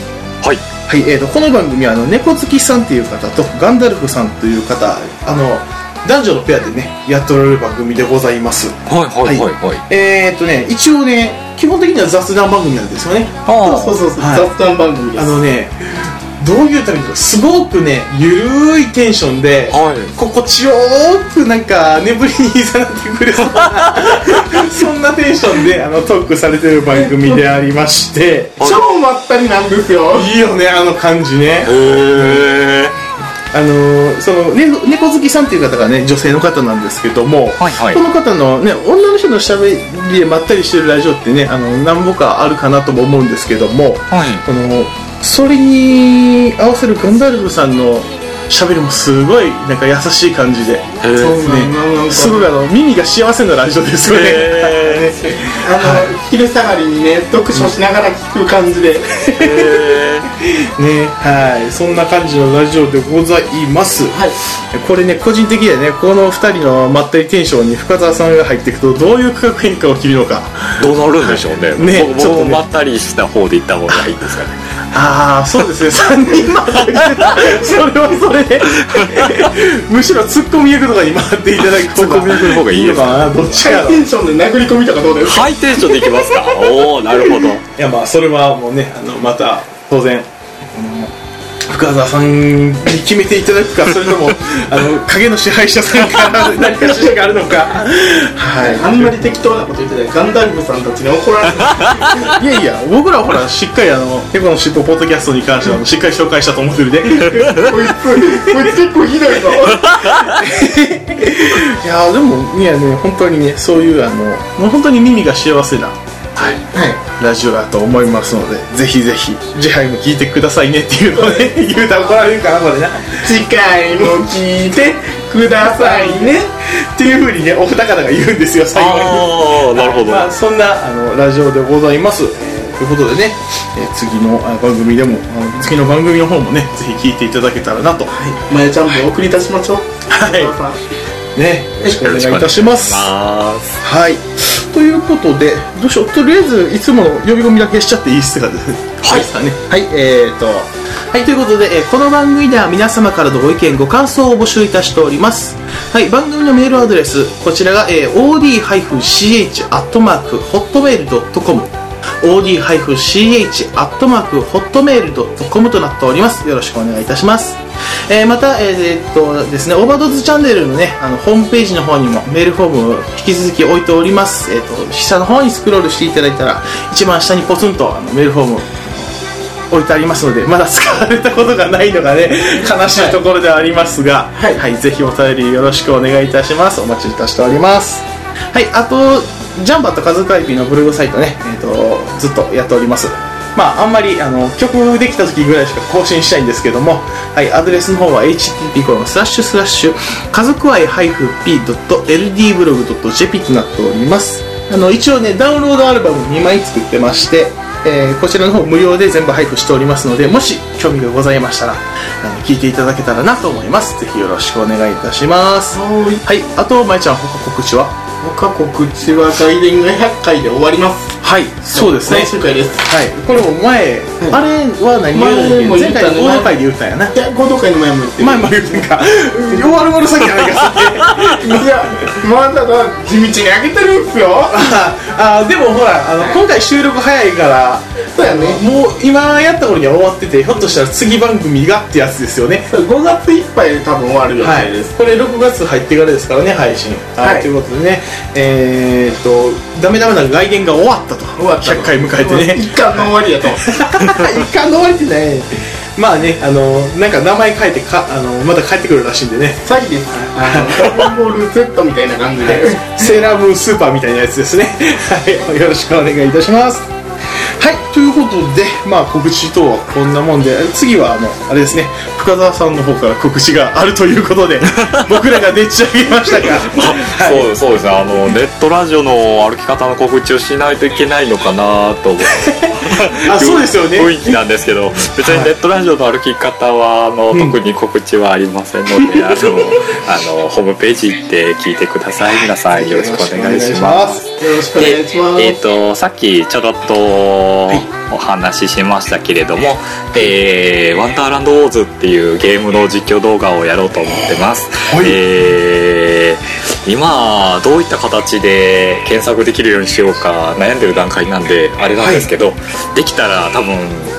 Speaker 3: はい
Speaker 1: はいえっとこの番組はあの猫好きさんという方とガンダルフさんという方あの男女のペアでねやっておられる番組でございます
Speaker 3: はいはいはいはい
Speaker 1: えーっとね一応ね基本的には雑談番組なんですよね
Speaker 3: あ
Speaker 2: そうそうそう
Speaker 1: はい
Speaker 2: 雑談番組で
Speaker 1: あ
Speaker 2: す
Speaker 1: のねどういうためにかすごくねゆるいテンションで、
Speaker 3: あはい
Speaker 1: 心地よくなんか眠りにいざなってくれそうなそんなテンションであのトークされてる番組でありまして
Speaker 2: 超まったりなんですよ
Speaker 1: いいよねあの感じね
Speaker 3: へえ
Speaker 1: あのーその、ね、猫好きさんっていう方がね女性の方なんですけども、
Speaker 3: はいはい
Speaker 1: この方のね女の人のしゃべりでまったりしてるラジオってねあの何本かあるかなとも思うんですけども
Speaker 3: はい
Speaker 1: このそれに合わせるガンダルフさんのしゃべりもすごいなんか優しい感じで
Speaker 3: へー
Speaker 1: そうですね
Speaker 2: なんか
Speaker 1: すごいあの耳が幸せなラジオですよね
Speaker 3: へ
Speaker 2: あの、昼下がりにね読書しながら聞く感じで
Speaker 3: へ
Speaker 1: [laughs] ねはいそんな感じのラジオでございます
Speaker 2: はい
Speaker 1: これね個人的にはねこの2人のまったりテンションに深澤さんが入っていくとどういう価格変化を切るのか
Speaker 3: ーどうなるんでしょうね
Speaker 1: ね
Speaker 3: 僕
Speaker 1: ちょっ
Speaker 3: 僕
Speaker 1: と
Speaker 3: も
Speaker 1: ね
Speaker 3: まったりした方で行った方がいいんですかね
Speaker 1: ああそうですね3 [laughs] 人までそれはそれで [laughs] むしろツッコミ役とかに回っていただく
Speaker 3: ツッコミ役の方がいいです
Speaker 1: かなどっちか
Speaker 2: ハイ
Speaker 1: の
Speaker 2: テ
Speaker 1: い
Speaker 2: ンションで殴り込みとかどうですか
Speaker 3: ハイテンションでいきますかおおなるほど
Speaker 1: やまあそれはもうねあのまた当然あの深澤さんに決めていただくかそれと
Speaker 2: [laughs]
Speaker 1: もあの影の支配者さんから何か指示があるのかはい
Speaker 2: あんまり適当なこと言ってないガンダルフさんたちに怒られる
Speaker 1: いやいや、僕らはほら、しっかりあの、猫の尻尾ポッドキャストに関しては、しっかり紹介したと思ってるで。い
Speaker 2: こいつこいつ結構ひどいぞ
Speaker 1: やーでも、いやね、本当にね、そういうあの、もう本当に耳が幸せな、はい、ラジオだと思いますので、ぜひぜひ、次回も聞いてくださいねっていうのをね、言うたら怒られるかな、これな。
Speaker 2: 次回も聞いてくださいね
Speaker 1: っていうふうにね、お二方が言うんですよ、最後に。
Speaker 3: ああなるほど
Speaker 1: まあ、そんなあのラジオでございます、えーということでね、えー次のあ番組でもあの次の番組の方もねぜひ聞いていただけたらなと、
Speaker 2: まやちゃんも送り出しましょう
Speaker 1: はい
Speaker 2: お父さん
Speaker 1: ねよろしくお願いいたします
Speaker 3: あ
Speaker 1: はいということでどうしようとりあえずいつもの呼び込みだけしちゃっていいっすかねはいですかねはいえー、とはい、ということで、えーこの番組では皆様からのご意見、ご感想を募集いたしております。はい、番組のメールアドレス、こちらが、えー od-ch.hotmail.com od-ch.hotmail.com となっております。よろしくお願いいたします。えーまた、えーえーっとですね、オーバードーズチャンネルのね、あの、ホームページの方にもメールフォームを引き続き置いております。えーっと、下の方にスクロールしていただいたら、一番下にポツンとあのメールフォーム置いてありますのでまだ使われたことがないのが [laughs] ね悲しいところではありますが、はいぜひお便りよろしくお願いいたしますお待ちいたしておりますはいあとジャンバと数カイビのブログサイトね、えー、とずっとやっておりますまああんまりあの曲できた時ぐらいしか更新したいんですけども、はい、アドレスの方は http コロンスラッシュスラッシュ家族愛 -p.ldblog.jp となっておりますあの一応ねダウンロードアルバム2枚作ってまして、えーこちらの方無料で全部配布しておりますのでもし興味がございましたらあの聞いていただけたらなと思いますぜひよろしくお願いいたしますはいあとまいちゃん他告知は
Speaker 2: 他告知は外伝が100回で終わります
Speaker 1: はいそうですね
Speaker 2: 最終回です
Speaker 1: はいこれも前、あれは何
Speaker 2: 前も
Speaker 1: 前
Speaker 2: 言っ
Speaker 1: 回
Speaker 2: た
Speaker 1: の
Speaker 2: ね
Speaker 1: 大の会で言ったんやない
Speaker 2: や合同会の前も言ってる
Speaker 1: 前も言ったんか [laughs] 終わるもの先やない [laughs] かそれ
Speaker 2: いやまだだ地道に上げてるんすよ
Speaker 1: ああでもほらあの今回収録早いから
Speaker 2: そうやね
Speaker 1: もう今やった頃には終わっててひょっとしたら次番組がってやつですよね
Speaker 2: 5月いっぱいで多分終わる予
Speaker 1: は
Speaker 2: 定
Speaker 1: い
Speaker 2: です、、
Speaker 1: これ6月入ってからですからね配信はい、
Speaker 2: はい
Speaker 1: ということでねえー、っとダメダメな外伝が終わったと
Speaker 2: 終わった
Speaker 1: 100回迎えてね
Speaker 2: 一巻の終わりやと
Speaker 1: 一貫の終わりってねまあねあのなんか名前変えてかあのまた帰ってくるらしいんでね
Speaker 2: 詐欺ですあのドラゴンボール Z みたいな感じで
Speaker 1: セーラームーンスーパーみたいなやつですねはいよろしくお願いいたしますはいということでまあ告知とはこんなもんで次はあのあれですね深澤さんの方から告知があるということで僕らがでっち上げましたが [laughs]
Speaker 3: そうそうですねあのネットラジオの歩き方の告知をしないといけないのかなと思って
Speaker 1: あ [laughs] そうですよね
Speaker 3: 雰囲気なんですけど別にネットラジオの歩き方はあの、特に告知はありませんので、あのあのホームページ行って聞いてください皆さんよろしくお願いします。
Speaker 2: よろしくお願いします
Speaker 3: で、えー、とさっきちょろっとお話ししましたけれども「えーワンダーランドウォーズ」っていうゲームの実況動画をやろうと思ってます、えー今どういった形で検索できるようにしようか悩んでる段階なんであれなんですけど、できたら多分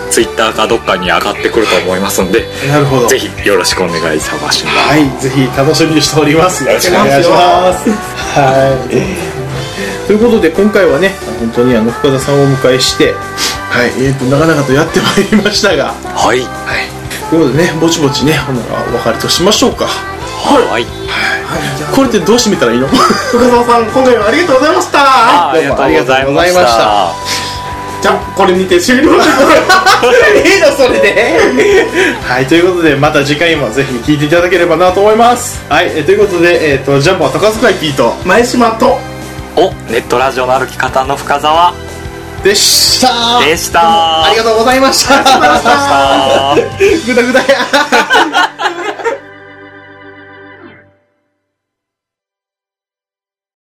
Speaker 3: ツイッターかどっかに上がってくると思いますんで
Speaker 1: なるほど
Speaker 3: ぜひよろしくお願いします
Speaker 1: はい、ぜひ楽しみにしております。よろしくお願いします。はい。ということで今回はね、本当にあの深田さんをお迎えして、はい、えー、と長々とやってまいりましたが、
Speaker 3: はい
Speaker 1: ということでね、ぼちぼちね、ほんならお別れとしましょうか。
Speaker 3: はい
Speaker 1: これってどう締めたらいいの？
Speaker 2: 深澤さん今回はありがとうございました
Speaker 3: ありがとうご
Speaker 1: [laughs]
Speaker 3: ざいました
Speaker 2: じゃあこれにて終了でございますいいのそれで
Speaker 1: はい、ということでまた次回もぜひ聞いていただければなと思います。はい、えーということでえっ、とジャンボは高塚いピート
Speaker 2: 前島と
Speaker 3: おネットラジオの歩き方の深澤
Speaker 1: でした。
Speaker 3: でしたあ
Speaker 1: ありがとうございました。
Speaker 2: [laughs]
Speaker 3: とうございました
Speaker 1: ぐだぐだや。